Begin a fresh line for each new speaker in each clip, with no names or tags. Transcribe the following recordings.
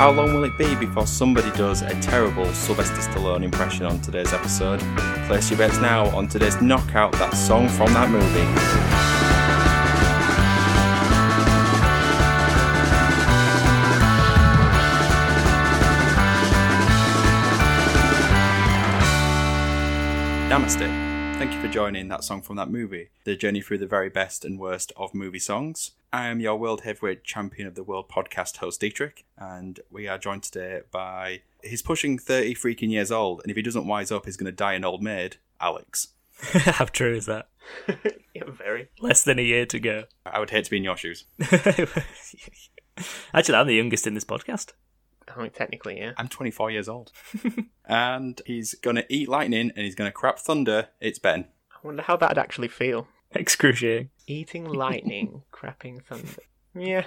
How long will it be before somebody does a terrible Sylvester Stallone impression on today's episode? Place your bets now on today's knockout that song from that movie. Namaste. Thank you for joining that song from that movie, the journey through the very best and worst of movie songs. I am your World Heavyweight Champion of the World podcast host, Dietrich, and we are joined today by. He's pushing 30 freaking years old, and if he doesn't wise up, he's going to die an old maid, Alex.
How true is that?
Yeah, very.
Less than a year to go.
I would hate to be in your shoes.
Actually, I'm the youngest in this podcast.
I mean, technically, yeah.
I'm 24 years old. and he's going to eat lightning and he's going to crap thunder. It's Ben.
I wonder how that'd actually feel.
Excruciating.
Eating lightning, crapping thunder. Yeah.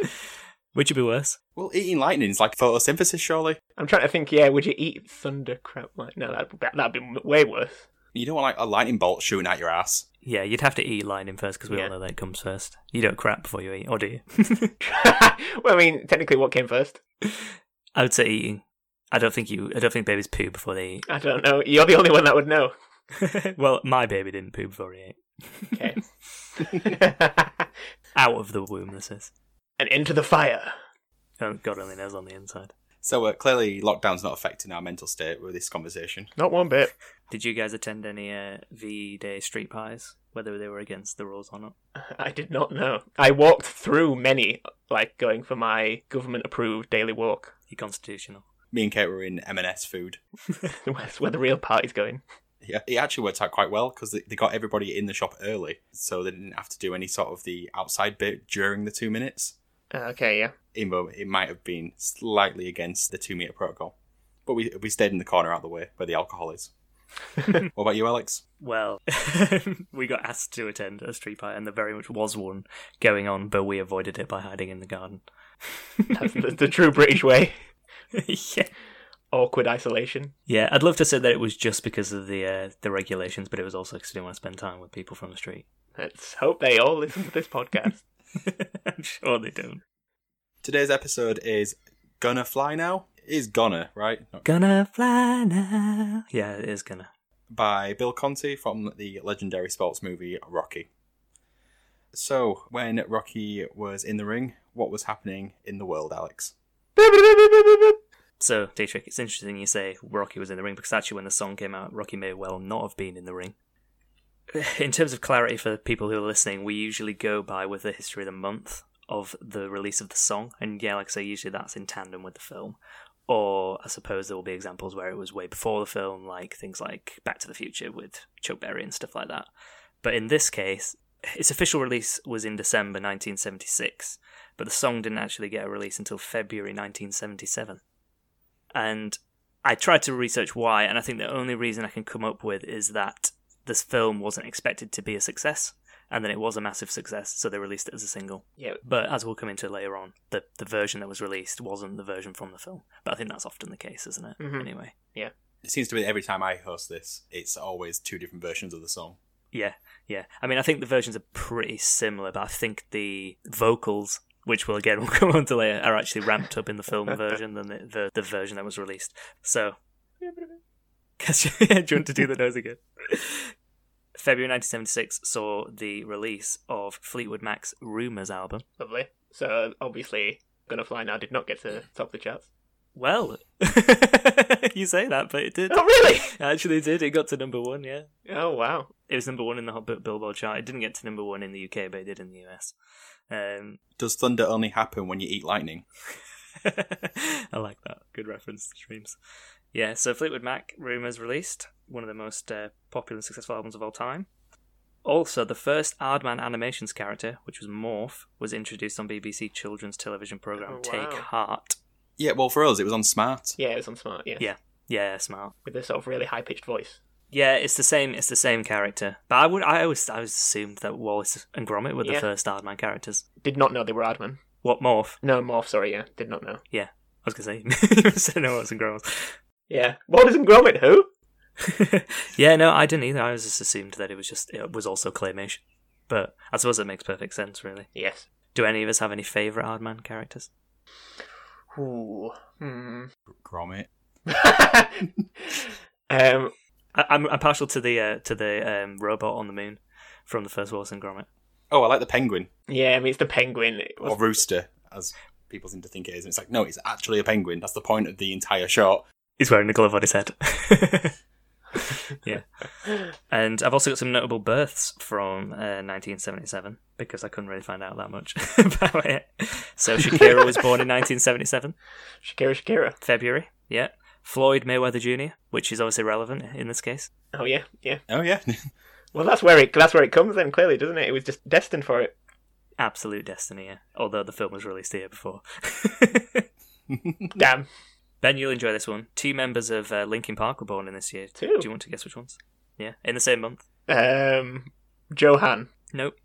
Would you be worse?
Well, eating lightning is like photosynthesis, surely.
I'm trying to think, yeah, would you eat thunder crap? Like, no, that'd, that- that'd be way worse.
You don't want like a lightning bolt shooting at your ass.
Yeah, you'd have to eat lightning first because we
Yeah.
all know that it comes first. You don't crap before you eat, or do you?
well, I mean, technically, what came first?
I would say eating. I don't think you. I don't think babies poo before they
I don't know. You're the only one that would know.
eat. well, my baby didn't poo before he ate.
Okay.
Out of the womb, this is.
and into the fire.
Oh, God only knows on the inside.
So uh, clearly, lockdown's not affecting our mental state with this conversation.
Not one bit.
Did you guys attend any uh, V Day street pies? Whether they were against the rules or not?
I did not know. I walked through many, like going for my government-approved daily walk.
You're constitutional.
Me and Kate were in M&S food.
That's where the real party's going.
Yeah, it actually worked out quite well because they, they got everybody in the shop early, so they didn't have to do any sort of the outside bit during the two minutes.
Uh, okay, yeah.
Even though it might have been slightly against the two meter protocol, but we we stayed in the corner out of the way where the alcohol is. what about you, Alex?
Well, we got asked to attend a street party, and there very much was one going on, but we avoided it by hiding in the garden.
That's the, the true British way.
yeah.
Awkward isolation.
yeah, I'd love to say that it was just because of the uh, the regulations, but it was also because I didn't want to spend time with people from the street.
Let's hope they all listen to this podcast.
I'm sure they don't.
Today's episode is gonna fly now. Is gonna right? Not-
Gonna fly now. Yeah, it is gonna.
by Bill Conti from the legendary sports movie Rocky. So, when Rocky was in the ring, what was happening in the world, Alex?
So, Dietrich, it's interesting you say Rocky was in the ring because actually, when the song came out, Rocky may well not have been in the ring. In terms of clarity for people who are listening, we usually go by with the history of the month of the release of the song, and yeah, like I say, usually that's in tandem with the film. Or I suppose there will be examples where it was way before the film, like things like Back to the Future with Chuck Berry and stuff like that. But in this case, its official release was in December 1976, but the song didn't actually get a release until February 1977 and I tried to research why, and I think the only reason I can come up with is that this film wasn't expected to be a success, and then it was a massive success, so they released it as a single.
yeah,
But as we'll come into later on, the, the version that was released wasn't the version from the film. But I think that's often the case, isn't it?
Mhm.
Anyway.
It seems to be that every time I host this, it's always two different versions of the song.
Yeah, yeah. I mean, I think the versions are pretty similar, but I think the vocals, which will again we'll come on to later, are actually ramped up in the film version than the, the, the version that was released. So, do you want to do the nose again? February 1976 saw the release of Fleetwood Mac's Rumours album.
lovely. So obviously, Gonna Fly Now did not get to top the charts.
Well, you say that, but it did.
Oh, really?
Actually, it did. It got to number one, yeah.
Oh, wow.
It was number one in the Hot Book Billboard chart. It didn't get to number one in the UK, but it did in the US. Um,
Does thunder only happen when you eat lightning?
I like that. Good reference to dreams. Yeah, so Fleetwood Mac, Rumours released, one of the most uh, popular and successful albums of all time. Also, the first Aardman Animations character, which was Morph, was introduced on BBC children's television programme
Oh,
Take
wow.
Heart.
Yeah, well, for us, it was on Smart.
Yeah, it was on Smart, yeah.
Yeah. Yeah, smart.
With this sort of really high pitched voice.
Yeah, it's the same. It's the same character. But I would, I always, I always assumed that Wallace and Gromit were the
Yeah.
first Aardman characters.
Did not know they were Aardman.
What Morph?
No, Morph, sorry, yeah. Did not know.
I was gonna say, you said no Wallace and Gromit.
Yeah. Wallace and Gromit, who?
yeah, no, I didn't either. I was just assumed that it was just it was also claymation, but I suppose it makes perfect sense, really.
Yes.
Do any of us have any favourite Hardman characters?
Ooh. Hmm.
Gromit.
um,
I, I'm, I'm partial to the uh, to the um, robot on the moon from the first Wallace and Gromit.
Oh, I like the penguin
yeah, I mean, it's the penguin. It was-
or rooster, as people seem to think it is. And it's like, no, it's actually a penguin. That's the point of the entire shot.
He's wearing a glove on his head. yeah. And I've also got some notable births from uh, 1977 because I couldn't really find out that much about it. So Shakira was born in 1977,
Shakira Shakira.
February. Yeah. Floyd Mayweather Jr., which is obviously relevant in this case.
Oh, yeah, yeah.
Oh yeah,
Well, that's where it that's where it comes then, clearly, doesn't it? It was just destined for it.
Absolute destiny, yeah. although the film was released a year before.
Damn.
ben, you'll enjoy this one. Two members of uh, Linkin Park were born in this year.
Two?
Do you want to guess which ones? Yeah, in the same month.
Um, Johan.
Nope.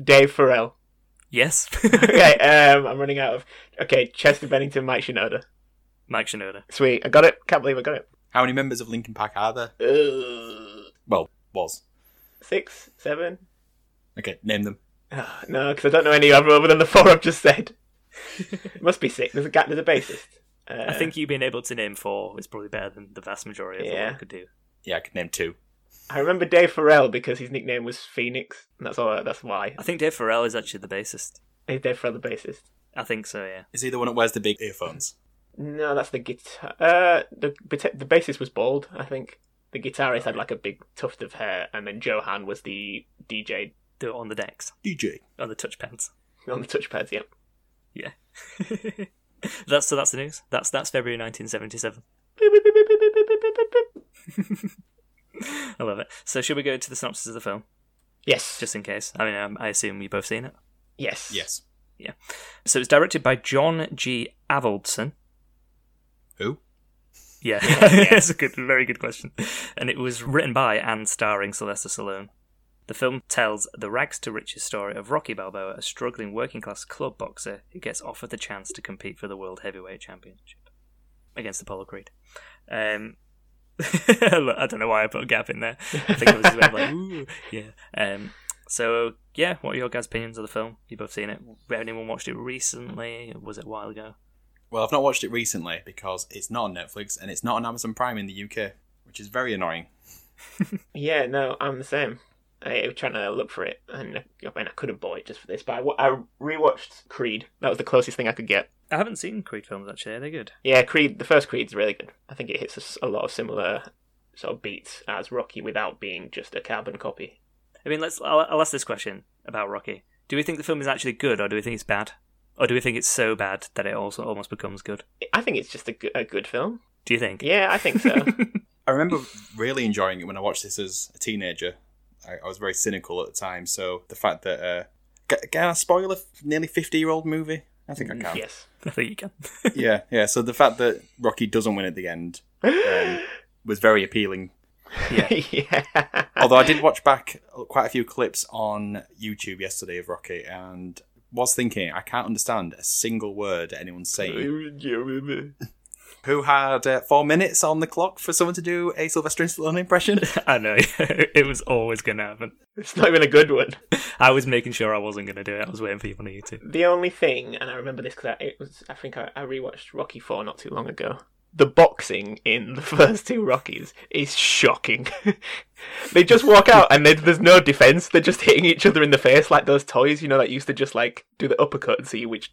Dave Farrell.
Yes.
Okay, um, I'm running out of. Okay, Chester Bennington, Mike Shinoda.
Mike Shinoda.
Sweet, I got it. Can't believe I got it.
how many members of Linkin Park are there?
Ugh.
Well, was
Six, seven.
okay. Name them.
Ah, no, because I don't know any other other than the four I've just said. Must be six. There's a ga- There's a bassist. Uh,
I think you being able to name four is probably better than the vast majority of what
Yeah.
I could do.
Yeah, I could name two.
I remember Dave Farrell because his nickname was Phoenix. And that's all. That's why.
I think Dave Farrell is actually the bassist.
Is Dave Farrell the bassist?
I think so, yeah.
Is he the one that wears the big earphones?
No, that's the guitar. Uh, the bata- the bassist was bald. I think the guitarist had like a big tuft of hair, and then Johan was the DJ
Do it on the decks,
DJ.
on the touch pens.
on the touchpads. Yeah.
Yeah. that's so that's the news. That's that's February 1977.
Beep, beep, beep, beep, beep, beep, beep, beep, beep, beep.
I love it. So should we go to the synopsis of the film
Yes.
just in case? I mean, um, I assume you've both seen it.
yes.
Yes.
So it's directed by John G. Avildsen.
Who?
Yeah, that's a good, very good question. And it was written by and starring Sylvester Stallone. The film tells the rags to riches story of Rocky Balboa, a struggling working class club boxer who gets offered the chance to compete for the World Heavyweight Championship against Apollo Creed. Um, look, I don't know why I put a gap in there. I think it was just about like, ooh, yeah. Um, so, yeah, what are your guys' opinions of the film? You've both seen it. Have anyone watched it recently? Was it a while ago?
Well, I've not watched it recently because it's not on Netflix and it's not on Amazon Prime in the UK, which is very annoying.
Yeah. No, I'm the same. I was trying to look for it, and I I mean, I could have bought it just for this, but I, wa- I rewatched Creed. That was the closest thing I could get.
I haven't seen Creed films, actually. Are they good?
Yeah, Creed. The first Creed's really good. I think it hits a s- a lot of similar sort of beats as Rocky without being just a carbon copy.
I mean, let's. I'll, I'll ask this question about Rocky. Do we think the film is actually good, or do we think it's bad, or do we think it's so bad that it also almost becomes good?
I think it's just a good, a good film.
Do you think?
Yeah, I think so.
I remember really enjoying it when I watched this as a teenager. I, I was very cynical at the time, so the fact that uh, ca- can I spoil a f- nearly fifty-year-old movie? I think I can.
yes.
I think you can.
yeah, yeah. So the fact that Rocky doesn't win at the end um, was very appealing.
yeah.
Although I did watch back quite a few clips on YouTube yesterday of Rocky and was thinking I can't understand a single word anyone's saying. Who had uh, four minutes on the clock for someone to do a Sylvester Stallone impression?
I know. it was always going to happen.
it's not even a good one.
I was making sure I wasn't going to do it. I was waiting for you on E YouTube.
The only thing, and I remember this because it was, I think I, I rewatched Rocky Four not too long ago. The boxing in the first two Rockies is shocking. they just walk out and they, there's no defense. They're just hitting each other in the face like those toys, you know, that used to just like do the uppercut and see which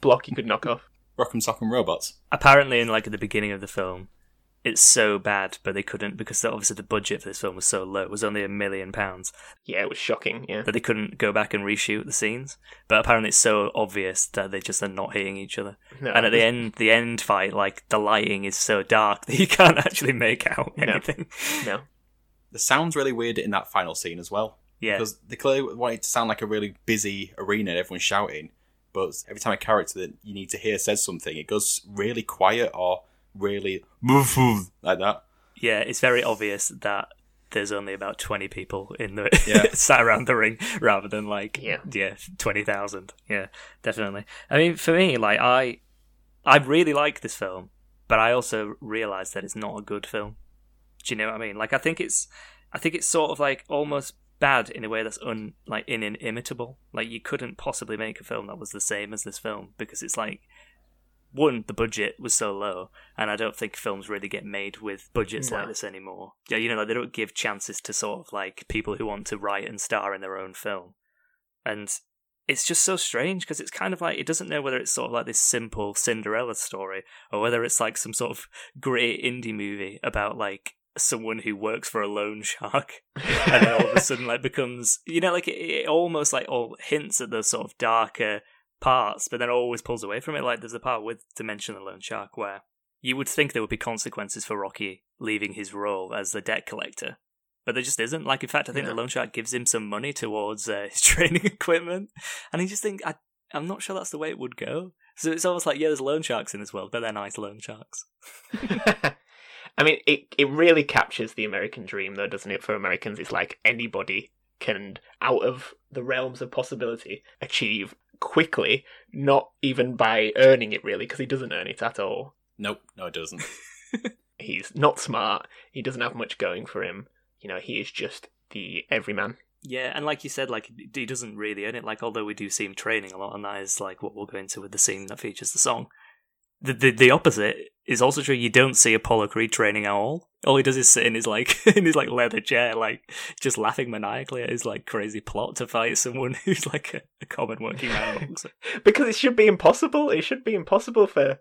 block you could knock off.
Rock'em Sock'em Robots.
Apparently, in like at the beginning of the film, it's so bad, but they couldn't because obviously the budget for this film was so low. It was only a million pounds.
Yeah, it was shocking. Yeah.
that they couldn't go back and reshoot the scenes. But apparently, it's so obvious that they just are not hitting each other.
No,
and at the end, the end fight, like the lighting is so dark that you can't actually make out
No.
anything.
No.
The sound's really weird in that final scene as well.
Yeah,
Because they clearly want it to sound like a really busy arena and everyone's shouting. But every time a character that you need to hear says something, it goes really quiet or really like that.
yeah, it's very obvious that there's only about twenty people in the
Yeah.
sat around the ring rather than like
Yeah.
yeah twenty thousand. Yeah, definitely. I mean, for me, like I, I really like this film, but I also realize that it's not a good film. Do you know what I mean? Like I think it's I think it's sort of like almost bad in a way that's un like in inimitable. Like you couldn't possibly make a film that was the same as this film because it's like one, the budget was so low, and I don't think films really get made with budgets like
No.
this anymore. Yeah, you know, like they don't give chances to sort of like people who want to write and star in their own film, and it's just so strange because it's kind of like it doesn't know whether it's sort of like this simple Cinderella story or whether it's like some sort of great indie movie about like someone who works for a loan shark and then all of a sudden like becomes you know like it, it almost like all hints at those sort of darker parts but then always pulls away from it like there's a part with dimension the loan shark where you would think there would be consequences for rocky leaving his role as the debt collector but there just isn't like in fact i think the
Yeah.
loan shark gives him some money towards uh, his training equipment and he just think i i'm not sure that's the way it would go so it's almost like yeah there's loan sharks in this world but they're nice loan sharks
I mean, it it really captures the American dream, though, doesn't it? For Americans, it's like anybody can, out of the realms of possibility, achieve quickly, not even by earning it, really, because he doesn't earn it at all.
Nope, no, it doesn't.
He's not smart. He doesn't have much going for him. You know, he is just the everyman.
Yeah, and like you said, like he doesn't really earn it. Like although we do see him training a lot, and that is like what we'll go into with the scene that features the song. The the, the opposite is also true. You don't see Apollo Creed training at all. All he does is sit in his like in his like leather chair, like just laughing maniacally at his like crazy plot to fight someone who's like a, a common working man boxer.
Because it should be impossible. It should be impossible for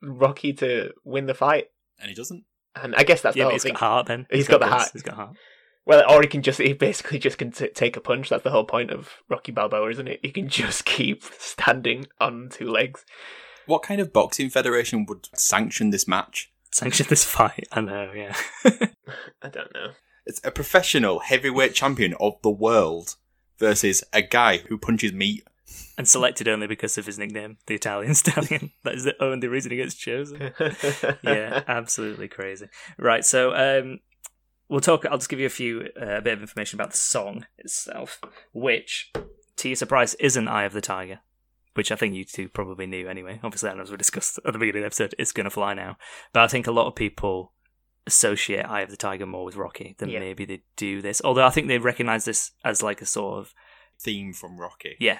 Rocky to win the fight.
and he doesn't.
And I guess that's
yeah,
the
but
whole
he's
thing.
got heart. Then
He's got the
guts,
heart.
He's got heart.
Well, or he can just, he basically just can t- take a punch. That's the whole point of Rocky Balboa, isn't it? He can just keep standing on two legs.
What kind of boxing federation would sanction this match?
Sanction this fight. I know. Yeah.
I don't know.
It's a professional heavyweight champion of the world versus a guy who punches meat.
and selected only because of his nickname, the Italian Stallion. that is the only reason he gets chosen. yeah, absolutely crazy. Right, so um, we'll talk. I'll just give you a few uh, a bit of information about the song itself, which, to your surprise, isn't "Eye of the Tiger," which I think you two probably knew anyway. Obviously, and as we discussed at the beginning of the episode, it's going to fly now. But I think a lot of people associate "Eye of the Tiger" more with Rocky than
Yeah.
maybe they do this. Although I think they recognise this as like a sort of
Theme from Rocky.
yeah,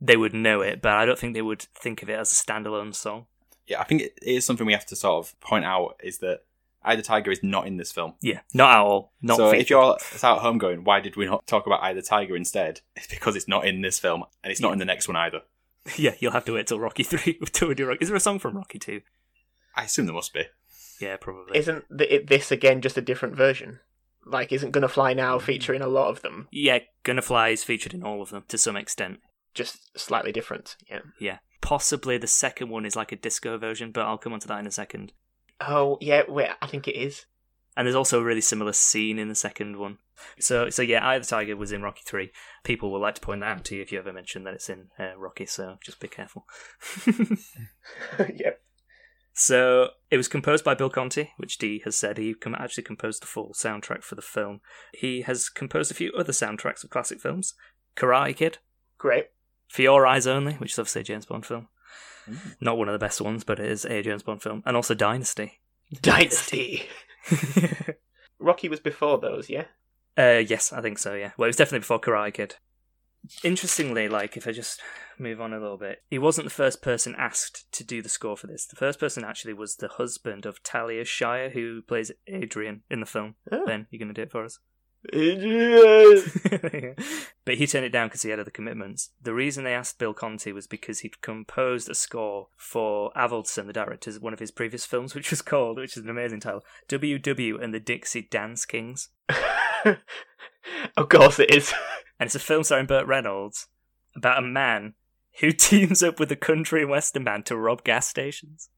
they would know it, but I don't think they would think of it as a standalone song.
yeah, I think it is something we have to sort of point out is that Eye the Tiger is not in this film.
Yeah, not at all. Not
so
featured.
if you're out home going, why did we not talk about Eye the Tiger instead? It's because it's not in this film, and it's not in the next one either.
Yeah, you'll have to wait till Rocky three to do Rocky. Is there a song from Rocky two?
I assume there must be.
Yeah, probably.
Isn't th- it, this again just a different version? Like, isn't Gonna Fly Now featuring a lot of them,
yeah, Gonna Fly is featured in all of them to some extent.
just slightly different? Yeah.
Yeah, possibly the second one is like a disco version, but I'll come on to that in a second.
Oh, yeah, wait, I think it is.
And there's also a really similar scene in the second one. So, so yeah, Eye of the Tiger was in Rocky three. People will like to point that out to you if you ever mention that it's in uh, Rocky. So just be careful.
yep.
So it was composed by Bill Conti, which Dee has said he com- actually composed the full soundtrack for the film. He has composed a few other soundtracks of classic films Karate Kid,
Great.
For Your Eyes Only, which is obviously a James Bond film. Not one of the best ones, but it is a James Bond film. And also Dynasty.
Dynasty. Rocky was before those, yeah?
Uh, yes, I think so. Yeah. Well, it was definitely before Karate Kid. Interestingly, like if I just move on a little bit, he wasn't the first person asked to do the score for this. The first person actually was the husband of Talia Shire, who plays Adrian in the film.
Oh.
Ben, you're gonna do it for us.
Yes.
but he turned it down because he had other commitments. The reason they asked Bill Conti was because he'd composed a score for Avildsen, the director's one of his previous films, which was called, which is an amazing title, WW and the Dixie Dance Kings.
of course it is.
and it's a film starring Burt Reynolds about a man who teams up with a country western band to rob gas stations.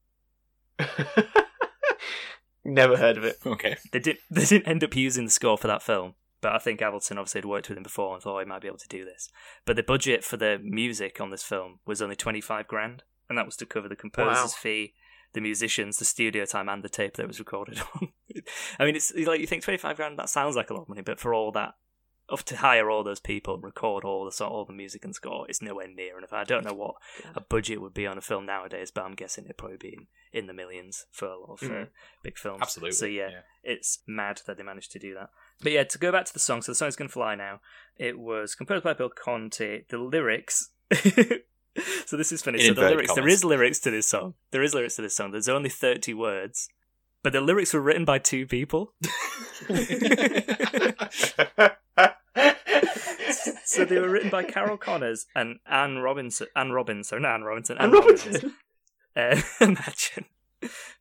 Never heard of it.
Okay.
They didn't they didn't end up using the score for that film, but I think Avildsen obviously had worked with him before and thought he might be able to do this. But the budget for the music on this film was only twenty five grand, and that was to cover the composer's
Wow.
fee. The musicians, the studio time, and the tape that it was recorded on. I mean, it's like you think twenty-five grand—that sounds like a lot of money, but for all that, of to hire all those people and record all the sort all the music and score is nowhere near enough. I don't know what a budget would be on a film nowadays, but I'm guessing it'd probably be in, in the millions for a lot of uh,
Mhm.
big films.
Absolutely.
So yeah, it's mad that they managed to do that. But yeah, to go back to the song, so the song's gonna fly now. It was composed by Bill Conti. The lyrics so this is funny.
In
so the
inverted
lyrics, there
commas.
is lyrics to this song. There is lyrics to this song. There's only 30 words, but the lyrics were written by two people. So they were written by Carol Connors and Anne Robinson. Anne Robinson, not Anne Robinson.
and Robinson.
Uh, imagine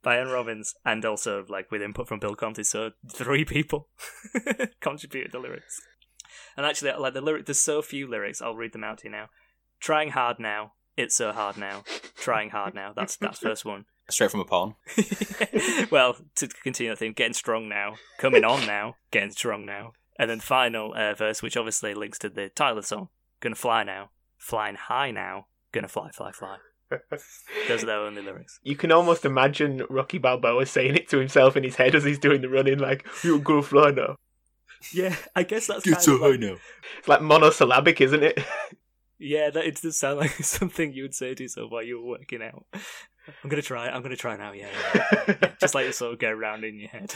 by Anne Robbins, and also like with input from Bill Conti. So three people contributed the lyrics. And actually, like the lyric, there's so few lyrics. I'll read them out to you now. Trying hard now, it's so hard now. Trying hard now. That's that's first one.
Straight from a porn.
well, to continue that thing, getting strong now, coming on now, getting strong now, and then final uh, verse, which obviously links to the title of the song. Gonna fly now, flying high now, gonna fly, fly, fly. Those are their only lyrics.
You can almost imagine Rocky Balboa saying it to himself in his head as he's doing the running, like "You'll go fly now."
Yeah, I guess that's
Get so high now.
It's like monosyllabic, isn't it?
Yeah, that it does sound like something you would say to yourself while you were working out. I'm gonna try. I'm gonna try now. Yeah, yeah. just like you sort of go round in your head.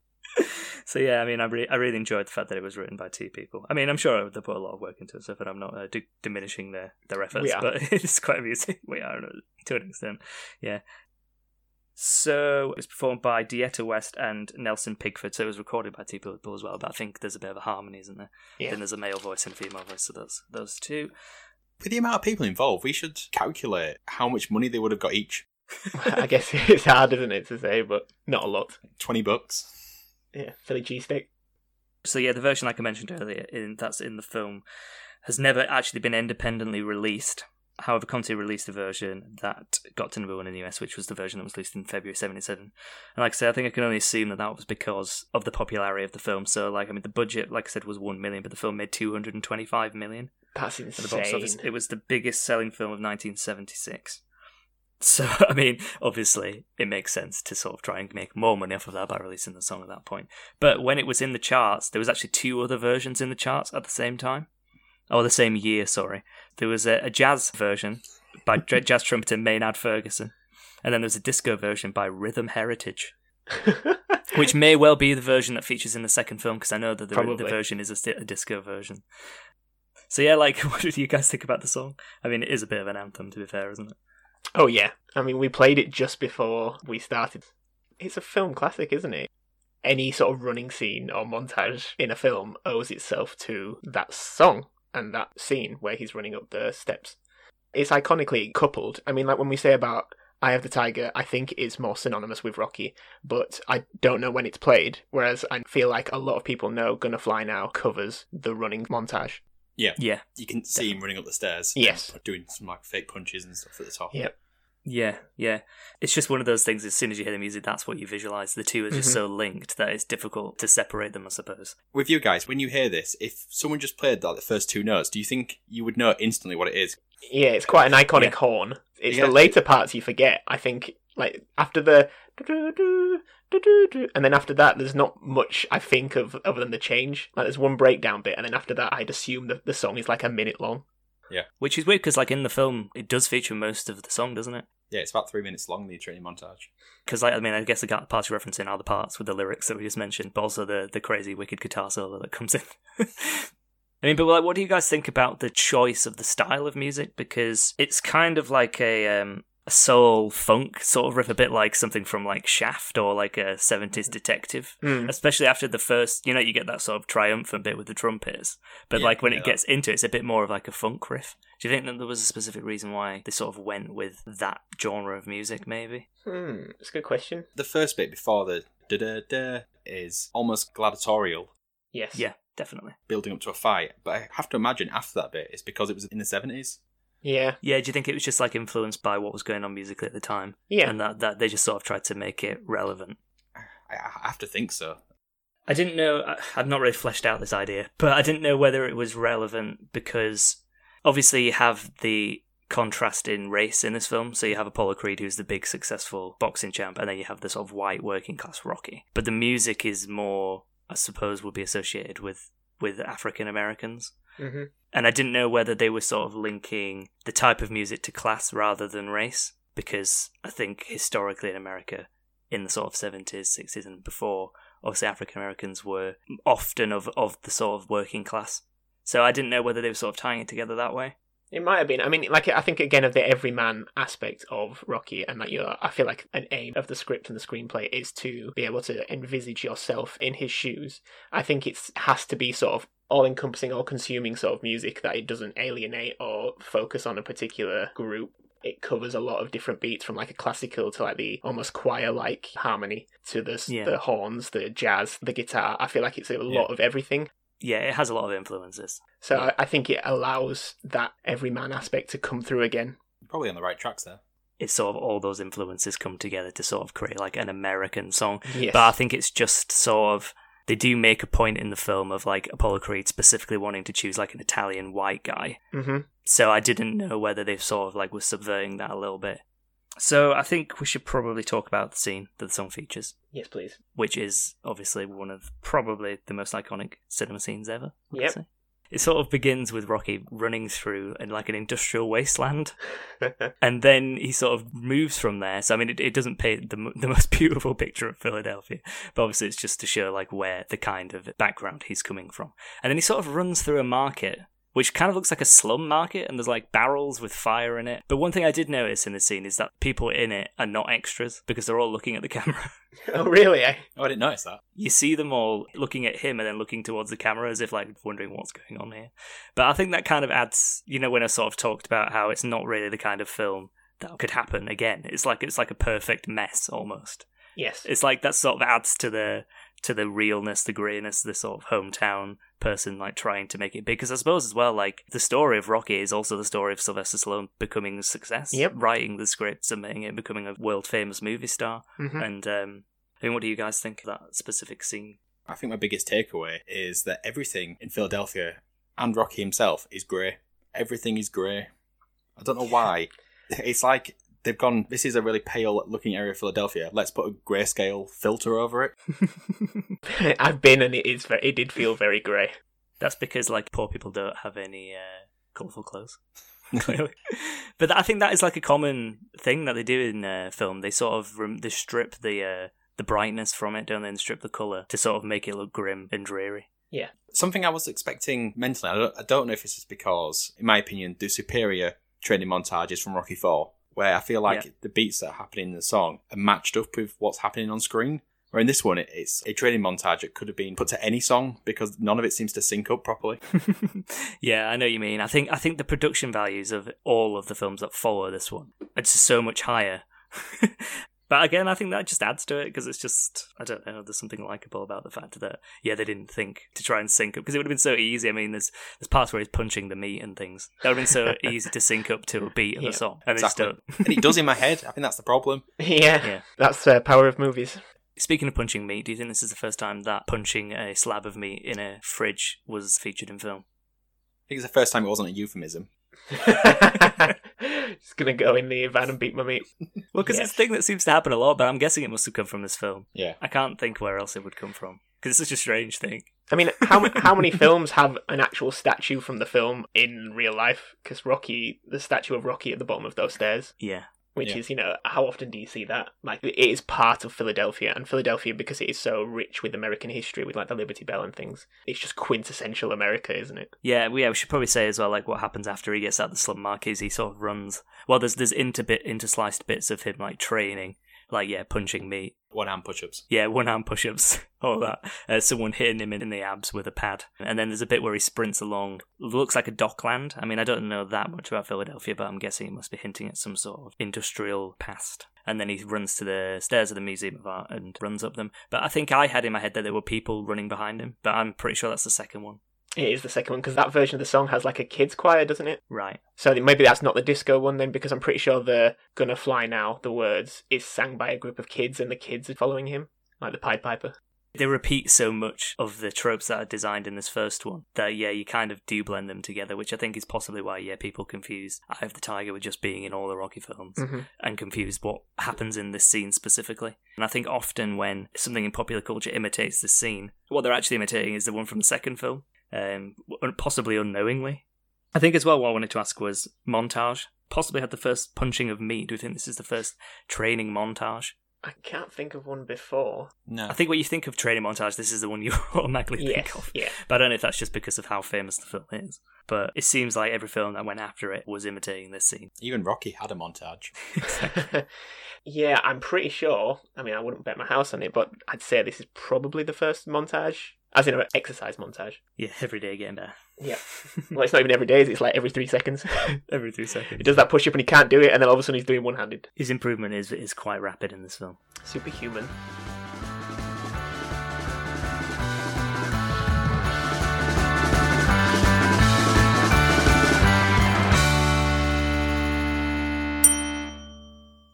so yeah, I mean, I, re- I really enjoyed the fact that it was written by two people. I mean, I'm sure they put a lot of work into it, so that I'm not uh, d- diminishing their their efforts,
We are.
but it's quite amusing. We are uh, to an extent, yeah. So it was performed by Dieta West and Nelson Pigford. So it was recorded by two people as well. But I think there's a bit of a harmony, isn't there?
Yeah.
Then there's a male voice and a female voice. So those those two.
With the amount of people involved, we should calculate how much money they would have got each.
I guess it's hard, isn't it, to say, but not a lot.
Twenty bucks.
Yeah, Philly cheesesteak.
So yeah, the version like I mentioned earlier, in, that's in the film, has never actually been independently released. However, Conti released a version that got to number one in the US, which was the version that was released in February '77. And like I said, I think I can only assume that that was because of the popularity of the film. So like, I mean, the budget, like I said, was one million, but the film made two hundred and twenty-five million
That's
at the box office.
insane.
It was the biggest selling film of 1976. So, I mean, obviously, it makes sense to sort of try and make more money off of that by releasing the song at that point. But when it was in the charts, there was actually two other versions in the charts at the same time, or the same year. Sorry, there was a, a jazz version by dr- jazz trumpeter Maynard Ferguson, and then there was a disco version by Rhythm Heritage, which may well be the version that features in the second film because I know that the, the
Probably.
version is a, sti- a disco version. So yeah, like, what did you guys think about the song? I mean, it is a bit of an anthem, to be fair, isn't it?
oh yeah, I mean we played it just before we started. It's a film classic, isn't it? Any sort of running scene or montage in a film owes itself to that song and that scene where he's running up the steps. It's iconically coupled. I mean, like when we say about Eye of the Tiger, I think it's more synonymous with Rocky, but I don't know when it's played. Whereas I feel like a lot of people know Gonna Fly Now covers the running montage.
Yeah,
You can see him running up the stairs.
Yes.
Doing some like fake punches and stuff at the top.
Yeah.
yeah, yeah. It's just one of those things. As soon as you hear the music, that's what you visualize. The two are just
Mhm.
so linked that it's difficult to separate them, I suppose.
With you guys, when you hear this, if someone just played like the first two notes, do you think you would know instantly what it is?
Yeah, it's quite an iconic
Yeah.
horn. It's
Yeah.
the later parts you forget. I think, like after the doo-doo-doo, doo-doo-doo, and then after that, there's not much I think of other than the change. Like there's one breakdown bit, and then after that, I'd assume that the song is like a minute long.
Which is weird because, like, in the film, it does feature most of the song, doesn't it?
Yeah, it's about three minutes long. The training montage.
Because, like, I mean, I guess the gu- parts you're referencing are the parts with the lyrics that we just mentioned, but also the, the crazy, wicked guitar solo that comes in. I mean, but like, what do you guys think about the choice of the style of music? Because it's kind of like a, um, a soul funk sort of riff, a bit like something from like Shaft or like a seventies
Mm-hmm.
detective. Especially after the first, you know, you get that sort of triumphant bit with the trumpets, but
Yeah,
like when
yeah,
it
that-
gets into it, it's a bit more of like a funk riff. Do you think that there was a specific reason why they sort of went with that genre of music? Maybe.
Hmm, it's a good question.
The first bit before the da da da is almost gladiatorial,
Yes.
Yeah, definitely.
building up to a fight. But I have to imagine after that bit, it's because it was in the seventies.
Yeah.
Yeah, do you think it was just like influenced by what was going on musically at the time,
Yeah.
and that that they just sort of tried to make it relevant?
I, I have to think so.
I didn't know. I- I've not really fleshed out this idea, but I didn't know whether it was relevant because obviously you have the contrast in race in this film. So you have Apollo Creed, who's the big successful boxing champ, and then you have the sort of white working class Rocky. But the music is more, I suppose, would be associated with with African Americans.
hmm
And I didn't know whether they were sort of linking the type of music to class rather than race, because I think historically in America, in the sort of 70s, 60s, and before, obviously African Americans were often of, of the sort of working class. So I didn't know whether they were sort of tying it together that way.
It might have been. I mean, like I think again of the everyman aspect of Rocky, and like you, know, I feel like an aim of the script and the screenplay is to be able to envisage yourself in his shoes. I think it has to be sort of all-encompassing, all-consuming sort of music that it doesn't alienate or focus on a particular group. It covers a lot of different beats, from like a classical to like the almost choir-like harmony to the
Yeah.
the horns, the jazz, the guitar. I feel like it's a lot
Yeah.
of everything.
Yeah, it has a lot of influences.
So
Yeah.
I, I think it allows that everyman aspect to come through again.
Probably on the right tracks there.
It's sort of all those influences come together to sort of create like an American song.
Yes.
But I think it's just sort of they do make a point in the film of like Apollo Creed specifically wanting to choose like an Italian white guy.
hmm
So I didn't know whether they sort of like were subverting that a little bit. So I think we should probably talk about the scene that the song features,
Yes, please.
which is obviously one of probably the most iconic cinema scenes ever. I would
Yep.
say. It sort of begins with Rocky running through in like an industrial wasteland, and then he sort of moves from there. So I mean, it, it doesn't paint the m- the most beautiful picture of Philadelphia, but obviously it's just to show like where the kind of background he's coming from. And then he sort of runs through a market, which kind of looks like a slum market, and there's like barrels with fire in it. But one thing I did notice in the scene is that people in it are not extras because they're all looking at the camera.
oh, really? I-
Oh, I didn't notice that.
You see them all looking at him and then looking towards the camera as if like wondering what's going on here. But I think that kind of adds, you know, when I sort of talked about how it's not really the kind of film that could happen again. It's like it's like a perfect mess almost.
Yes.
It's like that sort of adds to the to the realness, the grayness, the sort of hometown person like trying to make it big. Because I suppose as well, like the story of Rocky is also the story of Sylvester Stallone becoming a success,
Yep.
writing the script, submitting it, becoming a world famous movie star.
Mhm.
And um, I mean, what do you guys think of that specific scene?
I think my biggest takeaway is that everything in Philadelphia and Rocky himself is grey. Everything is grey. I don't know why. It's like they've gone, this is a really pale looking area of Philadelphia. Let's put a grayscale filter over it.
I've been, and it is. Very, it did feel very grey.
That's because like poor people don't have any uh, colourful clothes. Clearly, but I think that is like a common thing that they do in uh, film. They sort of rem- they strip the uh, the brightness from it, don't they, and strip the color to sort of make it look grim and dreary.
Something I was expecting mentally, I don't, I don't know if it's just because, in my opinion, the superior training montages from Rocky 4, where I feel like the beats that are happening in the song are matched up with what's happening on screen. Where in this one, it- it's a training montage that could have been put to any song because none of it seems to sync up properly.
yeah, I know what you mean. I think I think the production values of all of the films that follow this one are just so much higher. but again, I think that just adds to it because it's just I don't know. There's something likable about the fact that yeah, they didn't think to try and sync up because it would have been so easy. I mean, there's there's parts where he's punching the meat and things. That would have been so easy to sync up to a beat of
Yeah,
a song, and
exactly.
they just don't.
and it does in my head. I think that's the problem.
yeah.
Yeah.
That's the power of movies.
Speaking of punching meat, do you think this is the first time that punching a slab of meat in a fridge was featured in film?
I think it's the first time it wasn't a euphemism.
Just gonna go in the van and beat my meat.
Well, because it's a thing that seems to happen a lot, but I'm guessing it must have come from this film.
Yeah.
I can't think where else it would come from because it's such a strange thing.
I mean, how ma- how many films have an actual statue from the film in real life? Because Rocky, the statue of Rocky at the bottom of those stairs,
Yeah,
which
Yeah.
is you know how often do you see that? Like it is part of Philadelphia, and Philadelphia because it is so rich with American history, with like the Liberty Bell and things. It's just quintessential America, isn't it?
yeah, we- yeah. We should probably say as well, like what happens after he gets out of the slum market is he sort of runs. Well, there's there's inter bit intersliced bits of him like training, like yeah, punching meat,
One hand push ups.
yeah, one arm push ups, all that. Uh, someone hitting him in, in the abs with a pad, and then there's a bit where he sprints along. Looks like a dockland. I mean, I don't know that much about Philadelphia, but I'm guessing it must be hinting at some sort of industrial past. And then he runs to the stairs of the Museum of Art and runs up them. But I think I had in my head that there were people running behind him, but I'm pretty sure that's the second one.
It is the second one because that version of the song has like a kids choir, doesn't it?
Right.
So th- maybe that's not the disco one then, because I'm pretty sure the "Gonna Fly Now" the words is sang by a group of kids, and the kids are following him, like the Pied Piper.
They repeat so much of the tropes that are designed in this first one that, yeah, you kind of do blend them together, which I think is possibly why, yeah, people confuse Eye of the Tiger with just being in all the Rocky films.
Mm-hmm.
and confused what happens in this scene specifically. And I think often when something in popular culture imitates this scene, what they're actually imitating is the one from the second film, um, un- possibly unknowingly. I think as well, what I wanted to ask was montage. Possibly had the first punching of meat. Do you think this is the first training montage?
I can't think of one before.
No.
I think when you think of training montage, this is the one you automatically
Yes,
think of.
yeah.
But I don't know if that's just because of how famous the film is. but it seems like every film that went after it was imitating this scene.
Even Rocky had a montage.
yeah, I'm pretty sure. I mean, I wouldn't bet my house on it, but I'd say this is probably the first montage, as in an exercise montage.
Yeah, every day getting better.
Yeah. Well, it's not even every day; it's like every three seconds.
every three
he
seconds.
does that push up and he can't do it, and then all of a sudden he's doing one handed.
His improvement is is quite rapid in this film.
Superhuman.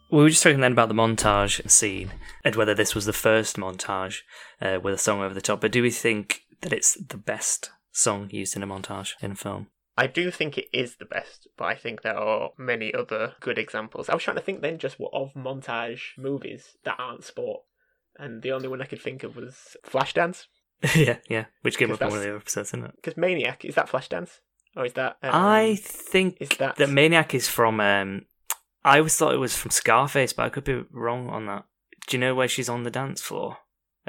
We were just talking then about the montage scene and whether this was the first montage uh, with a song over the top. But do we think that it's the best song used in a montage in a film?
I do think it is the best, but I think there are many other good examples. I was trying to think then just what of montage movies that aren't sport, and the only one I could think of was Flashdance.
yeah, yeah. Which came
Because
up on one
that's-
of the other episodes, isn't it?
Because Maniac is that Flashdance or is that? um,
I think
is that-
that... Maniac is from. Um, I always thought it was from Scarface, but I could be wrong on that. Do you know where she's on the dance floor?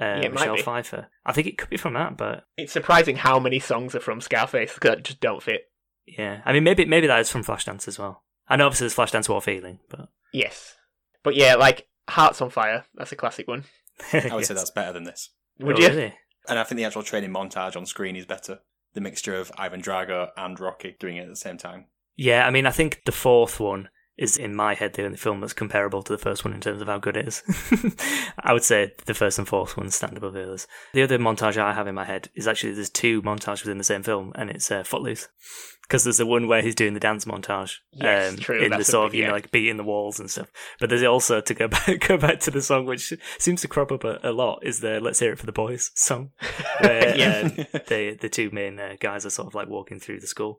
Uh,
it might
Michelle
be.
Pfeiffer. I think it could be from that, but
It's surprising how many songs are from Scarface that just don't fit.
yeah. I mean, maybe maybe that is from Flashdance as well. I know obviously there's Flashdance War Feeling, but
Yes, but yeah, like Hearts on Fire. That's a classic one.
I would say that's better than this.
Would
Oh,
you?
And I think the actual training montage on screen is better. The mixture of Ivan Drago and Rocky doing it at the same time.
Yeah, I mean, I think the fourth one is in my head the only film that's comparable to the first one in terms of how good it is. I would say the first and fourth ones stand above the others. The other montage I have in my head is actually there's two montages within the same film, and it's uh, Footloose because there's the one where he's doing the dance montage um,
Yes, true,
in the
that's a
sort of
big-
you know
yeah.
like beating the walls and stuff. But there's also to go back go back to the song which seems to crop up a, a lot is the "Let's Hear It for the Boys" song. Where,
Yeah.
um, the the two main uh, guys are sort of like walking through the school.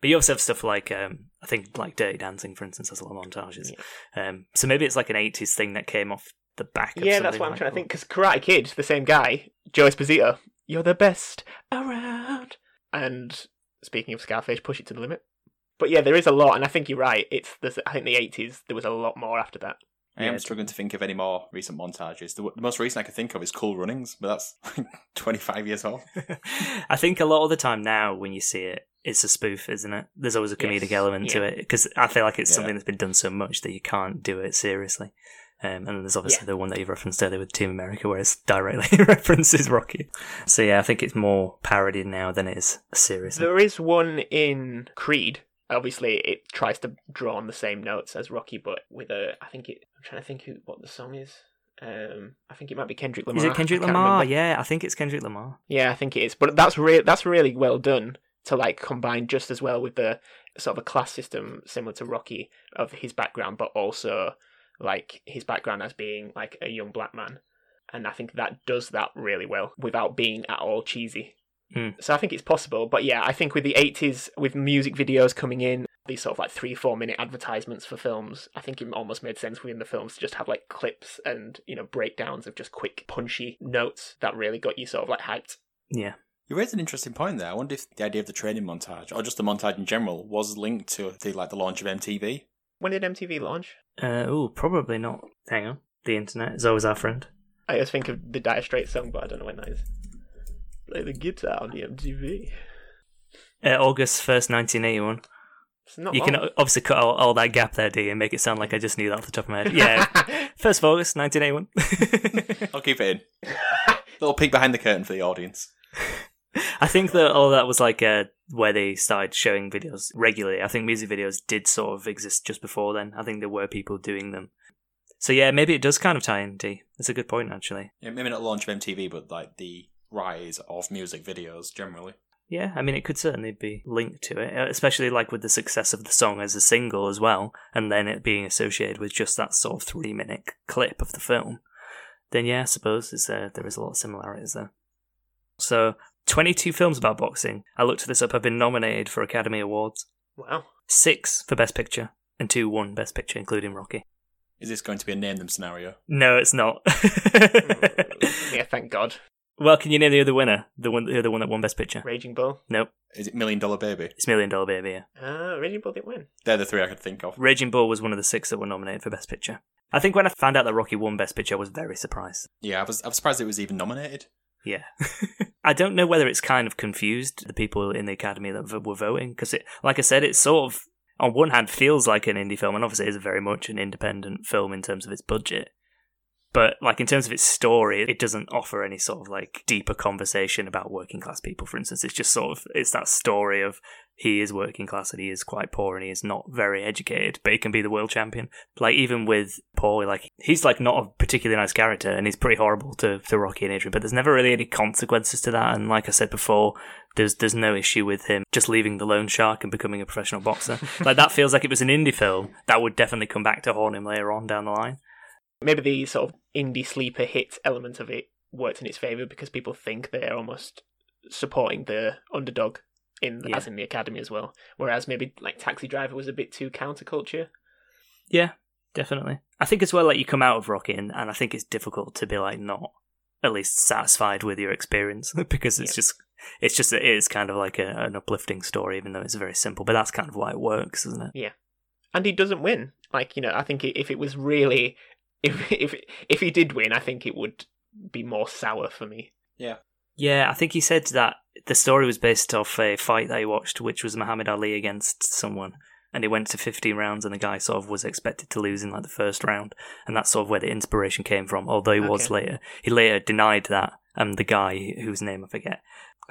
But you also have stuff like um, I think like Dirty Dancing, for instance, has a lot of montages. Um, so maybe it's like an '80s thing that came off the back. Of
Yeah, that's
something
what I'm
like-
trying to think. Because Karate Kid, the same guy, Joe Esposito, you're the best around. And speaking of Scarface, push it to the limit. But yeah, there is a lot, and I think you're right. It's there's, I think the 80s. There was a lot more after that.
I
Yeah.
am struggling to think of any more recent montages. The, the most recent I can think of is Cool Runnings, but that's like 25 years old.
I think a lot of the time now when you see it, it's a spoof, isn't it? There's always a comedic
Yes,
element to
yeah.
it because I feel like it's
Yeah.
something that's been done so much that you can't do it seriously. Um, and then there's obviously
Yeah.
the one that you've referenced earlier with Team America, where it's directly references Rocky. So yeah, I think it's more parodied now than it is serious.
There is one in Creed. Obviously, it tries to draw on the same notes as Rocky, but with a. I think it. I'm trying to think who what the song is. Um, I think it might be Kendrick Lamar.
Is it Kendrick
I can't
Lamar?
remember.
Yeah, I think it's Kendrick Lamar.
Yeah, I think it is. But that's re- that's really well done to like combine just as well with the sort of a class system similar to Rocky of his background, but also like his background as being like a young black man. And I think that does that really well without being at all cheesy.
Hmm.
So I think it's possible. But yeah, I think with the 80s, with music videos coming in, these sort of like three, four minute advertisements for films, I think it almost made sense within the films to just have like clips and, you know, breakdowns of just quick, punchy notes that really got you sort of like hyped.
Yeah.
You raised an interesting point there. I wonder if the idea of the training montage, or just the montage in general, was linked to the, like the launch of MTV.
When did MTV launch?
Uh, oh, probably not. Hang on. The internet is always our friend.
I always think of the Dire Straits song, but I don't know when that is. Play the guitar on the MTV.
Uh, August 1st, 1981.
It's not
you can o- obviously cut out all that gap there, D, and make it sound like I just knew that off the top of my head. Yeah. 1st of August, 1981.
I'll keep it in. Little peek behind the curtain for the audience.
I think that all that was like uh, where they started showing videos regularly. I think music videos did sort of exist just before then. I think there were people doing them. So yeah, maybe it does kind of tie in, D. That's a good point, actually.
Yeah, maybe not launch of MTV, but like the rise of music videos generally.
Yeah, I mean, it could certainly be linked to it, uh, especially like with the success of the song as a single as well, and then it being associated with just that sort of three minute clip of the film. Then, yeah, I suppose it's, uh, there is a lot of similarities there. So, 22 films about boxing. I looked this up, have been nominated for Academy Awards.
Wow.
Six for Best Picture, and two won Best Picture, including Rocky.
Is this going to be a name them scenario?
No, it's not.
Mm. Yeah, thank God.
well, can you name the other winner? The one, the other one that won Best Picture?
Raging Bull.
Nope.
Is it Million Dollar Baby?
It's Million Dollar Baby, yeah.
Ah, Raging Bull didn't win.
They're the three I could think of.
Raging Bull was one of the six that were nominated for Best Picture. I think when I found out that Rocky won Best Picture, I was very surprised.
Yeah, I was, I was surprised it was even nominated.
Yeah. I don't know whether it's kind of confused the people in the academy that v- were voting because it, like I said, it sort of on one hand feels like an indie film, and obviously it is very much an independent film in terms of its budget. But like in terms of its story, it doesn't offer any sort of like deeper conversation about working class people. For instance, it's just sort of it's that story of he is working class and he is quite poor and he is not very educated, but he can be the world champion. Like even with Paul, like he's like not a particularly nice character and he's pretty horrible to, to Rocky and Adrian, but there's never really any consequences to that. And like I said before, there's there's no issue with him just leaving the loan shark and becoming a professional boxer. like that feels like it was an indie film. That would definitely come back to haunt him later on down the line.
Maybe the sort of indie sleeper hit element of it worked in its favour because people think they're almost supporting the underdog in
Yeah.
as in the academy as well. Whereas maybe like Taxi Driver was a bit too counterculture.
Yeah, definitely. I think as well, like you come out of Rocky, and, and I think it's difficult to be like not at least satisfied with your experience because it's
Yeah.
just it's just it is kind of like a, an uplifting story, even though it's very simple. But that's kind of why it works, isn't it?
And he doesn't win. Like you know, I think i- if it was really if if if he did win, I think it would be more sour for me.
Yeah, I think he said that the story was based off a fight that he watched, which was Muhammad Ali against someone. And he went to 15 rounds, and the guy sort of was expected to lose in like the first round. And that's sort of where the inspiration came from, although he was
Okay.
later. He later denied that, and the guy, whose name I forget,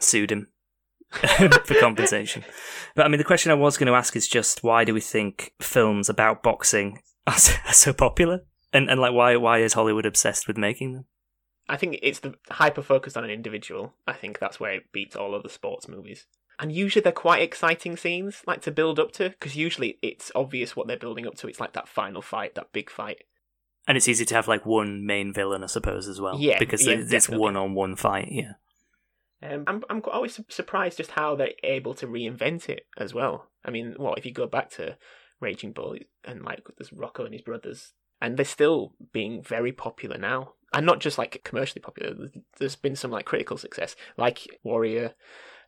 sued him for compensation. But I mean, the question I was going to ask is just why do we think films about boxing are so, are so popular? And, and like, why, why is Hollywood obsessed with making them?
I think it's the hyper focus on an individual. I think that's where it beats all other sports movies. And usually they're quite exciting scenes, like to build up to, because usually it's obvious what they're building up to. It's like that final fight, that big fight.
And it's easy to have like one main villain, I suppose, as well.
Yeah,
because
yeah,
it's
definitely.
one on one fight. Yeah,
Um, I'm I'm qu- always su- surprised just how they're able to reinvent it as well. I mean, well, if you go back to Raging Bull and like there's Rocco and his brothers, and they're still being very popular now, and not just like commercially popular. There's- There's been some like critical success, like Warrior,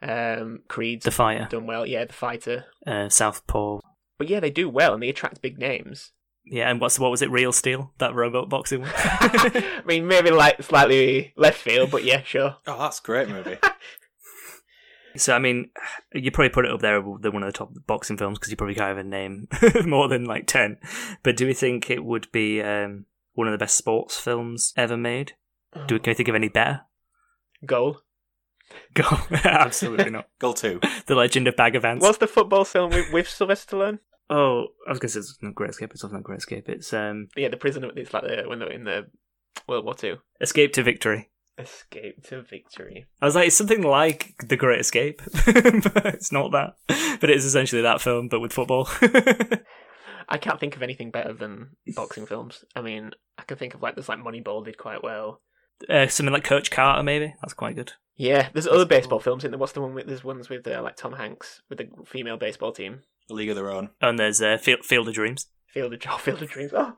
um, Creed's
the fighter,
done well. Yeah, the fighter.
uh, Southpaw.
But yeah, they do well and they attract big names.
Yeah, and what's what was it? Real Steel, that robot boxing one.
I mean, maybe like slightly left field, but yeah, sure.
Oh, that's a great movie.
so I mean, you probably put it up there with one of the top boxing films because you probably can't even name more than like ten. But do we think it would be um, one of the best sports films ever made? Do we, can we think of any better?
Goal.
Go, absolutely not.
Goal two.
The Legend of Bag of Ants.
What's the football film with, with Sylvester Stallone?
Oh, I was going to say it's not Great Escape. It's not Great Escape. It's um,
Yeah, the prisoner. It's like the, when they're in the World War Two.
Escape to Victory.
Escape to victory.
I was like, it's something like The Great Escape, but it's not that. But it is essentially that film, but with football.
I can't think of anything better than boxing films. I mean, I can think of like there's like Moneyball did quite well.
uh, something like Coach Carter, maybe. That's quite good.
Yeah, there's other baseball films in there. What's the one with? There's ones with uh, like Tom Hanks with the female baseball team.
A League of Their Own.
And there's uh, Field, Field of Dreams,
Field of, oh, Field of Dreams. Oh,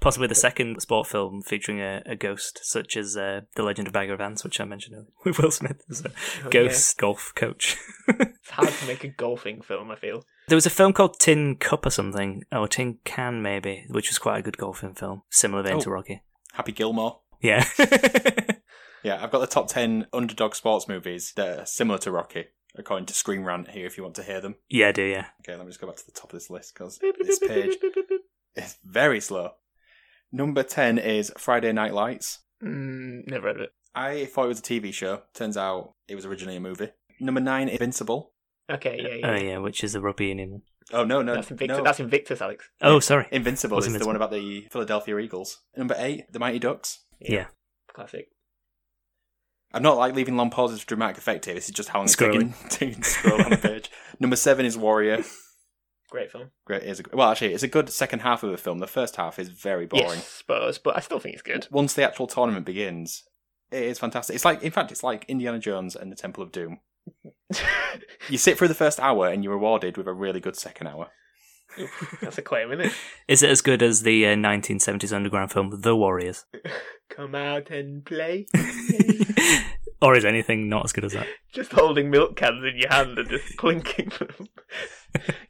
possibly the second sport film featuring a, a ghost, such as uh, The Legend of Bagger Vance, which I mentioned earlier, with Will Smith as a
Oh, yeah.
ghost golf coach.
It's hard to make a golfing film. I feel.
There was a film called Tin Cup or something, or Tin Can maybe, which was quite a good golfing film, similar vein to
Oh.
Rocky.
Happy Gilmore.
Yeah.
Yeah, I've got the top 10 underdog sports movies that are similar to Rocky, according to Screen Rant here, if you want to hear them.
yeah, I do, yeah.
Okay, let me just go back to the top of this list because this page is very slow. Number 10 is Friday Night Lights.
Mm, never heard of it.
I thought it was a TV show. Turns out it was originally a movie. Number 9, Invincible.
Okay, yeah, yeah.
Oh, yeah, which is the rugby union one.
Oh, no, no.
that's Invictus.
no.
That's Invictus, Alex.
Oh, sorry.
Invincible
What's
is the
Invincible?
one about the Philadelphia Eagles. Number 8, The Mighty Ducks.
Yeah.
classic.
I'm not like leaving long pauses for dramatic effect here. This is just how long it's taking
Scrolling.
to scroll on a page. Number 7 is Warrior.
Great film.
Great, it is a, well, actually, it's a good second half of the film. The first half is very boring.
Yes, Spurs, but I still think it's good.
Once the actual tournament begins, it is fantastic. It's like, in fact, it's like Indiana Jones and the Temple of Doom. You sit through the first hour and you're rewarded with a really good second hour.
that's a claim, isn't it?
Is it as good as the uh, 1970s underground film The Warriors?
Come out and play.
or is anything not as good as that?
Just holding milk cans in your hand and just clinking them.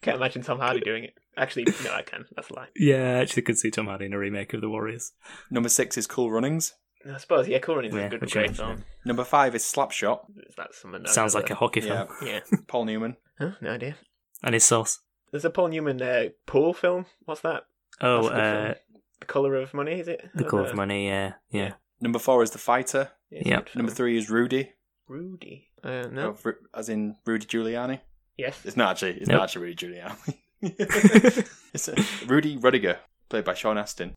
Can't imagine Tom Hardy doing it. Actually, no, I can. That's a lie.
Yeah, I actually could see Tom Hardy in a remake of The Warriors.
Number six is Cool Runnings.
I suppose, yeah, Cool Runnings is
Yeah,
a good,
which
great
is-
film.
Number five is Slapshot.
That's something that I
Sounds
know
like a
that-
hockey film.
Yeah,
Yeah.
Paul Newman.
Huh? No idea.
And his sauce.
There's a Paul Newman uh, pool film. What's that?
Oh,
That's a good
uh,
film. The Colour of Money, is it?
The
Uh,
Call of Money, yeah. Yeah.
Number four is The Fighter.
it's a
Yeah.
good film.
Number three is Rudy,
Rudy. Uh, no.
of Ru- as in Rudy Giuliani.
Yes.
It's not actually. It's
Nope.
not actually Rudy Giuliani. it's uh, Rudy Rudiger, played by Sean Astin.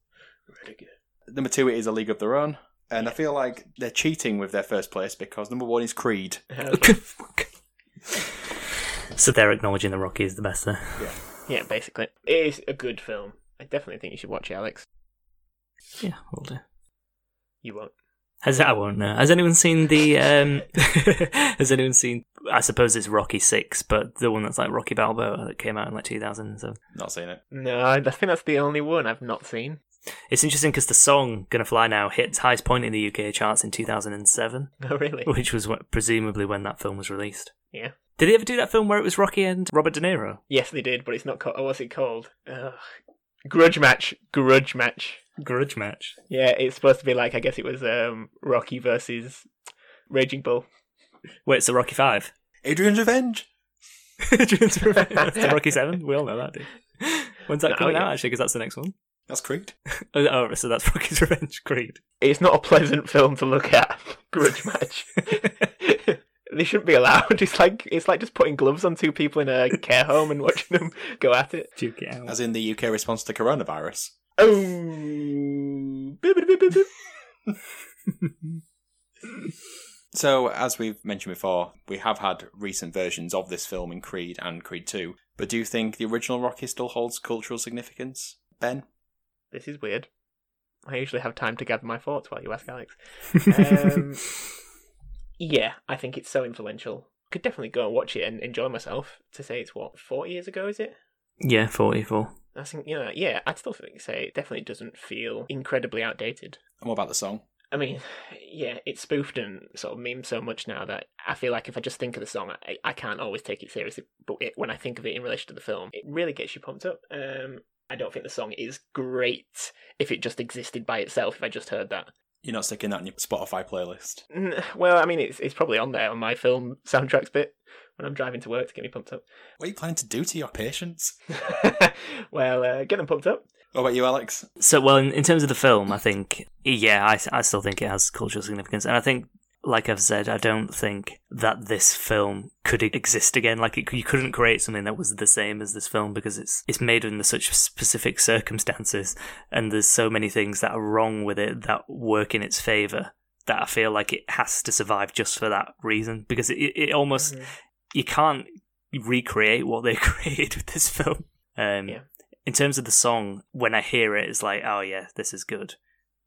Number two is A League of Their Own, and I feel like they're cheating with their first place because number one is Creed.
Uh,
so they're acknowledging the Rocky is the best there.
yeah, basically. It is a good film. I definitely think you should watch it, Alex.
Yeah, we'll do.
You won't.
Has I won't know. Has anyone seen the? um Has anyone seen? I suppose it's Rocky Six, but the one that's like Rocky Balboa that came out in like 2007.
Not seen it.
No, I I think that's the only one I've not seen.
It's interesting because the song "Gonna Fly Now" hit its highest point in the UK charts in 2007,
Oh, really?
which was what, presumably when that film was released.
Yeah.
Did they ever do that film where it was Rocky and Robert De Niro?
Yes, they did, but it's not called. Oh, what's it called? Ugh. Grudge Match. Grudge Match.
Grudge match.
Yeah, it's supposed to be like, I guess it was um, Rocky versus Raging Bull.
Wait, it's the Rocky Five.
Adrian's Revenge.
Dreams are Revenge. That's the Rocky Seven. We all know that. Dude. When's that
No,
coming out?
Oh, yeah.
Actually, because that's the next one.
That's Creed.
Oh, oh, so that's Rocky's Revenge. Creed.
It's not a pleasant film to look at. Grudge Match. they shouldn't be allowed. It's like it's like just putting gloves on two people in a care home and watching them go at it.
Duke it out.
As in the UK response to coronavirus.
Oh, Boop, boop, boop, boop, boop.
So, as we've mentioned before, we have had recent versions of this film in Creed and Creed 2. But do you think the original Rocky still holds cultural significance, Ben?
this is weird. I usually have time to gather my thoughts while you ask Alex. Um, yeah, I think it's so influential. Could definitely go and watch it and enjoy myself. To say it's what four years ago, is it?
yeah, 44.
I think you know. Yeah, I'd still think, say it definitely doesn't feel incredibly outdated.
And what about the song?
I mean, yeah, it's spoofed and sort of memed so much now that I feel like if I just think of the song, I, I can't always take it seriously. But it, when I think of it in relation to the film, it really gets you pumped up. Um, I don't think the song is great if it just existed by itself. If I just heard that,
You're not sticking that in your Spotify playlist.
Mm, well, I mean, it's it's probably on there on my film soundtracks bit when I'm driving to work to get me pumped up.
What are you planning to do to your patients?
well, uh, get them pumped up.
What about you, Alex?
So, well, in, in terms of the film, I think, yeah, I, I still think it has cultural significance. And I think, like I've said, I don't think that this film could exist again. Like, it, you couldn't create something that was the same as this film because it's it's made under such specific circumstances, and there's so many things that are wrong with it that work in its favor. That I feel like it has to survive just for that reason because it, it almost you can't recreate what they created with this film. Um,
Yeah.
In terms of the song, when I hear it, it's like, oh yeah, this is good.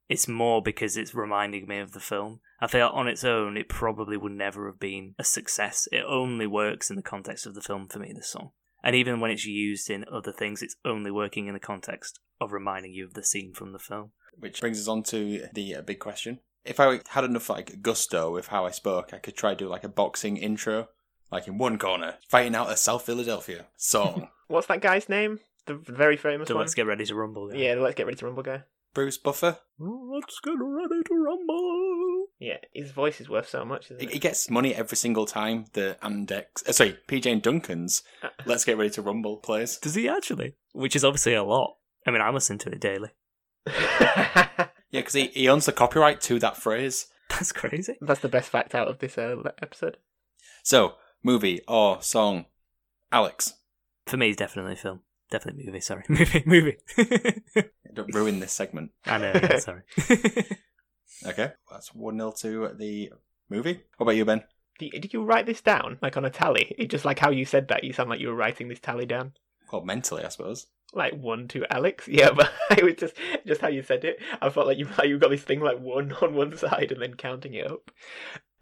It's more because it's reminding me of the film. I feel on its own, it probably would never have been a success. It only works in the context of the film for me, this song. And even when it's used in other things, it's only working in the context of reminding you of the scene from the film.
Which brings us on to the uh, big question. If I had enough like gusto with how I spoke, I could try to do like a boxing intro, like in one corner, fighting out a South Philadelphia song.
What's that guy's name? The very famous
So
one.
let's get ready to rumble. guys.
yeah, the let's get ready to rumble guy.
Bruce Buffer.
Let's get ready to rumble.
Yeah, his voice is worth so much. Isn't
He
it?
he gets money every single time the Andex, uh, sorry, PJ and Duncan's Let's Get Ready to Rumble plays.
Does he actually? Which is obviously a lot. I mean, I listen to it daily.
Yeah, because he, he owns the copyright to that phrase.
That's crazy.
That's the best fact out of this uh, le- episode.
So, movie or song, Alex.
For me, it's definitely a film. Definitely movie. Sorry, movie, movie.
Don't ruin this segment.
I know. Yeah, sorry.
Okay, that's 1 0 to the movie. What about you, Ben?
Do you- Did you write this down, like on a tally? It just like how you said that. You sound like you were writing this tally down,
Well, mentally, I suppose.
like one to Alex. Yeah, but it was just just how you said it. I felt like you like you got this thing like one on one side and then counting it up.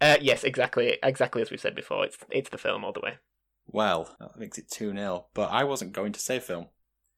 Uh, yes, exactly, exactly as we've said before. It's it's the film all the way.
Well, that makes it 2 0, but I wasn't going to say film.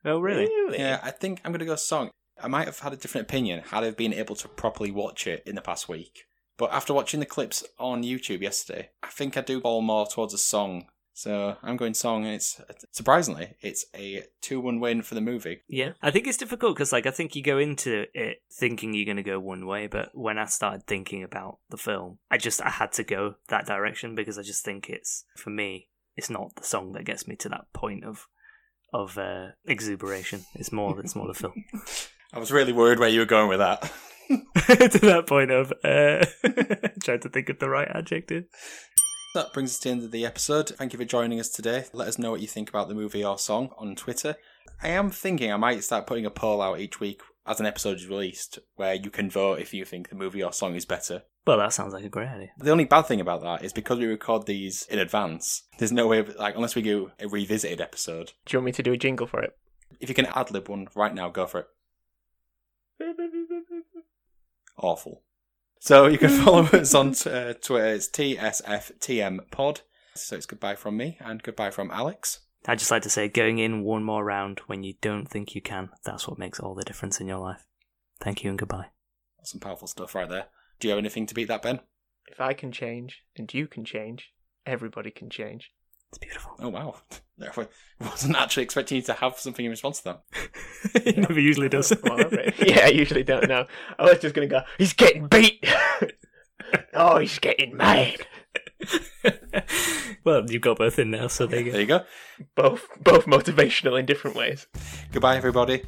oh, really?
Yeah, I think I'm going to go song. I might have had a different opinion had I been able to properly watch it in the past week. But after watching the clips on YouTube yesterday, I think I do fall more towards a song So I'm going song, and it's surprisingly it's a two-one win for the movie.
Yeah, I think it's difficult because, like, I think you go into it thinking you're going to go one way, but when I started thinking about the film, I just I had to go that direction because I just think it's for me, it's not the song that gets me to that point of of uh, exuberation. It's more it's more the film
I was really worried where you were going with that.
to that point of uh, trying to think of the right adjective.
That brings us to the end of the episode. Thank you for joining us today. Let us know what you think about the movie or song on Twitter. I am thinking I might start putting a poll out each week as an episode is released where you can vote if you think the movie or song is better.
Well, that sounds like a great idea.
The only bad thing about that is because we record these in advance, there's no way, of, like, unless we do a revisited episode.
Do you want me to do a jingle for it?
If you can ad lib one right now, go for it. Awful. So you can follow us on uh, Twitter. It's TSFTM Pod. So it's goodbye from me and goodbye from Alex.
I'd just like to say, going in one more round when you don't think you can, that's what makes all the difference in your life. Thank you and goodbye.
That's some powerful stuff right there. Do you have anything to beat that, Ben?
If I can change and you can change, everybody can change.
It's beautiful.
Oh wow! I wasn't actually expecting you to have something in response to
it never usually does.
Well, I'm ready. yeah, I usually don't know. I was just gonna go. He's getting beat. oh, he's getting mad.
well, you've got both in now, so there
that.
you go.
There you go.
Both, both motivational in different ways.
Goodbye, everybody.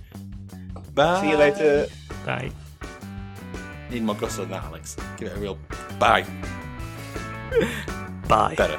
Bye.
See you later.
Bye.
Need more gusto than that, Alex. Give it a real bye.
Bye.
Better.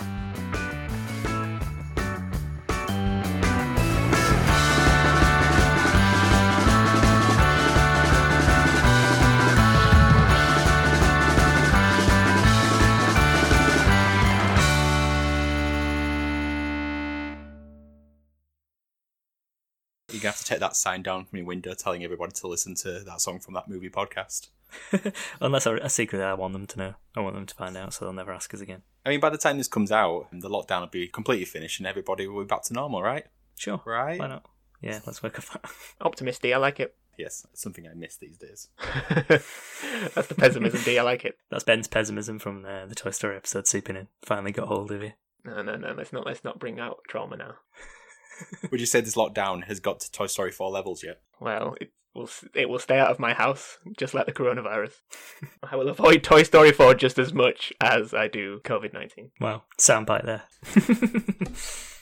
You're gonna have to take that sign down from your window telling everybody to listen to that song from that movie podcast.
Unless I, a secret that I want them to know. I want them to find out, so they'll never ask us again.
I mean, by the time this comes out, the lockdown will be completely finished and everybody will be back to normal, right?
Sure.
Right?
Why not? Yeah, let's work off that.
Optimistic. I like it.
Yes, it's something I miss these days.
That's the pessimism D. I like it.
That's Ben's pessimism from uh, the Toy Story episode seeping in. Finally got hold of you.
No, no, no. Let's not. Let's not bring out trauma now.
Would you say this lockdown has got to Toy Story 4 levels yet?
Well, it will. It will stay out of my house, just like the coronavirus. I will avoid Toy Story four just as much as I do COVID nineteen.
Wow. Soundbite there.